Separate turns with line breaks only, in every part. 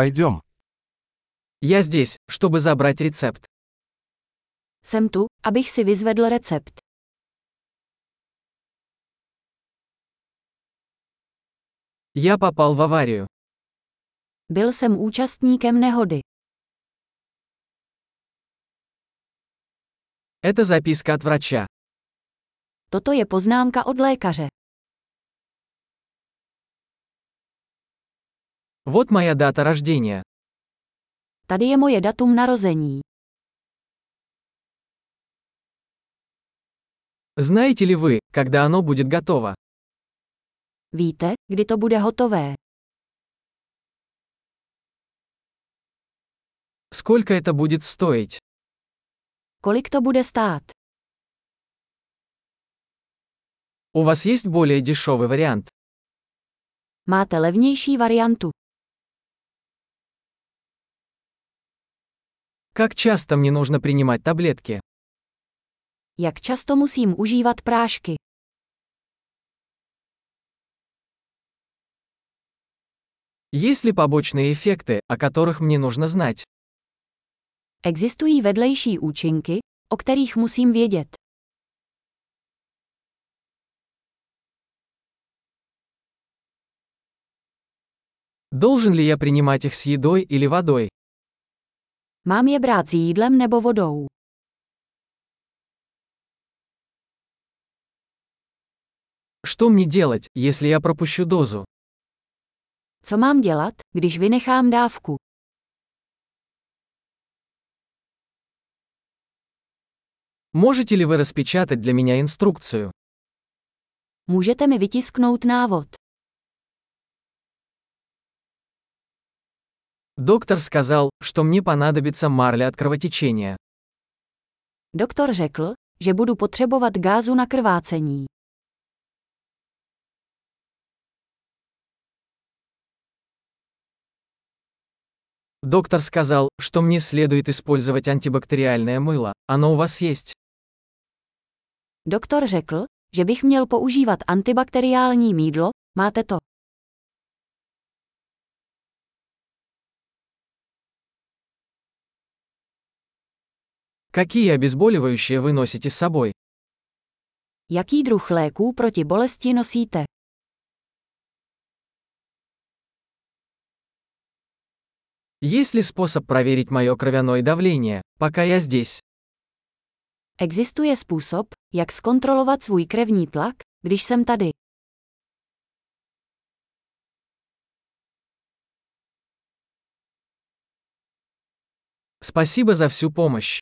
Пойдем.
Я здесь, чтобы забрать рецепт.
Jsem tu, abych si vyzvedl recept.
Я попал в аварию.
Byl jsem účastníkem nehody.
Это записка от врача.
Toto je poznámka od lékaře.
Вот моя дата рождения.
Tady je moje datum narození.
Знаете ли вы, когда оно будет готово?
Víte, kdy to bude hotové?
Сколько это будет стоить?
Kolik to bude stát?
У вас есть более дешевый вариант?
Máte levnější variantu.
Как часто мне нужно принимать таблетки?
Jak často musím užívat prášky?
Есть ли побочные эффекты, о которых мне нужно знать?
Existují vedlejší účinky, o kterých musím vědět.
Должен ли я принимать их с едой или водой?
Mám je brát s jídlem nebo vodou?
Что мне делать, если я пропущу дозу?
Co mám dělat, když vynechám dávku?
Можете ли вы распечатать для меня инструкцию?
Můžete mi vytisknout návod.
Доктор сказал, что мне понадобится марля от кровотечения.
Doktor řekl, že budu potřebovat gázu na krvácení.
Доктор сказал, что мне следует использовать антибактериальное мыло. Оно у вас есть?
Doktor řekl, že bych měl používat antibakteriální mídlo, máte to.
Какие обезболивающие вы носите с собой?
Jaký druh léků proti bolesti nosíte?
Есть ли способ проверить мое кровяное давление, пока я здесь?
Existuje způsob, jak zkontrolovat svůj krevní tlak, když jsem tady.
Спасибо за всю помощь.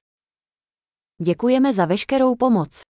Děkujeme za veškerou pomoc.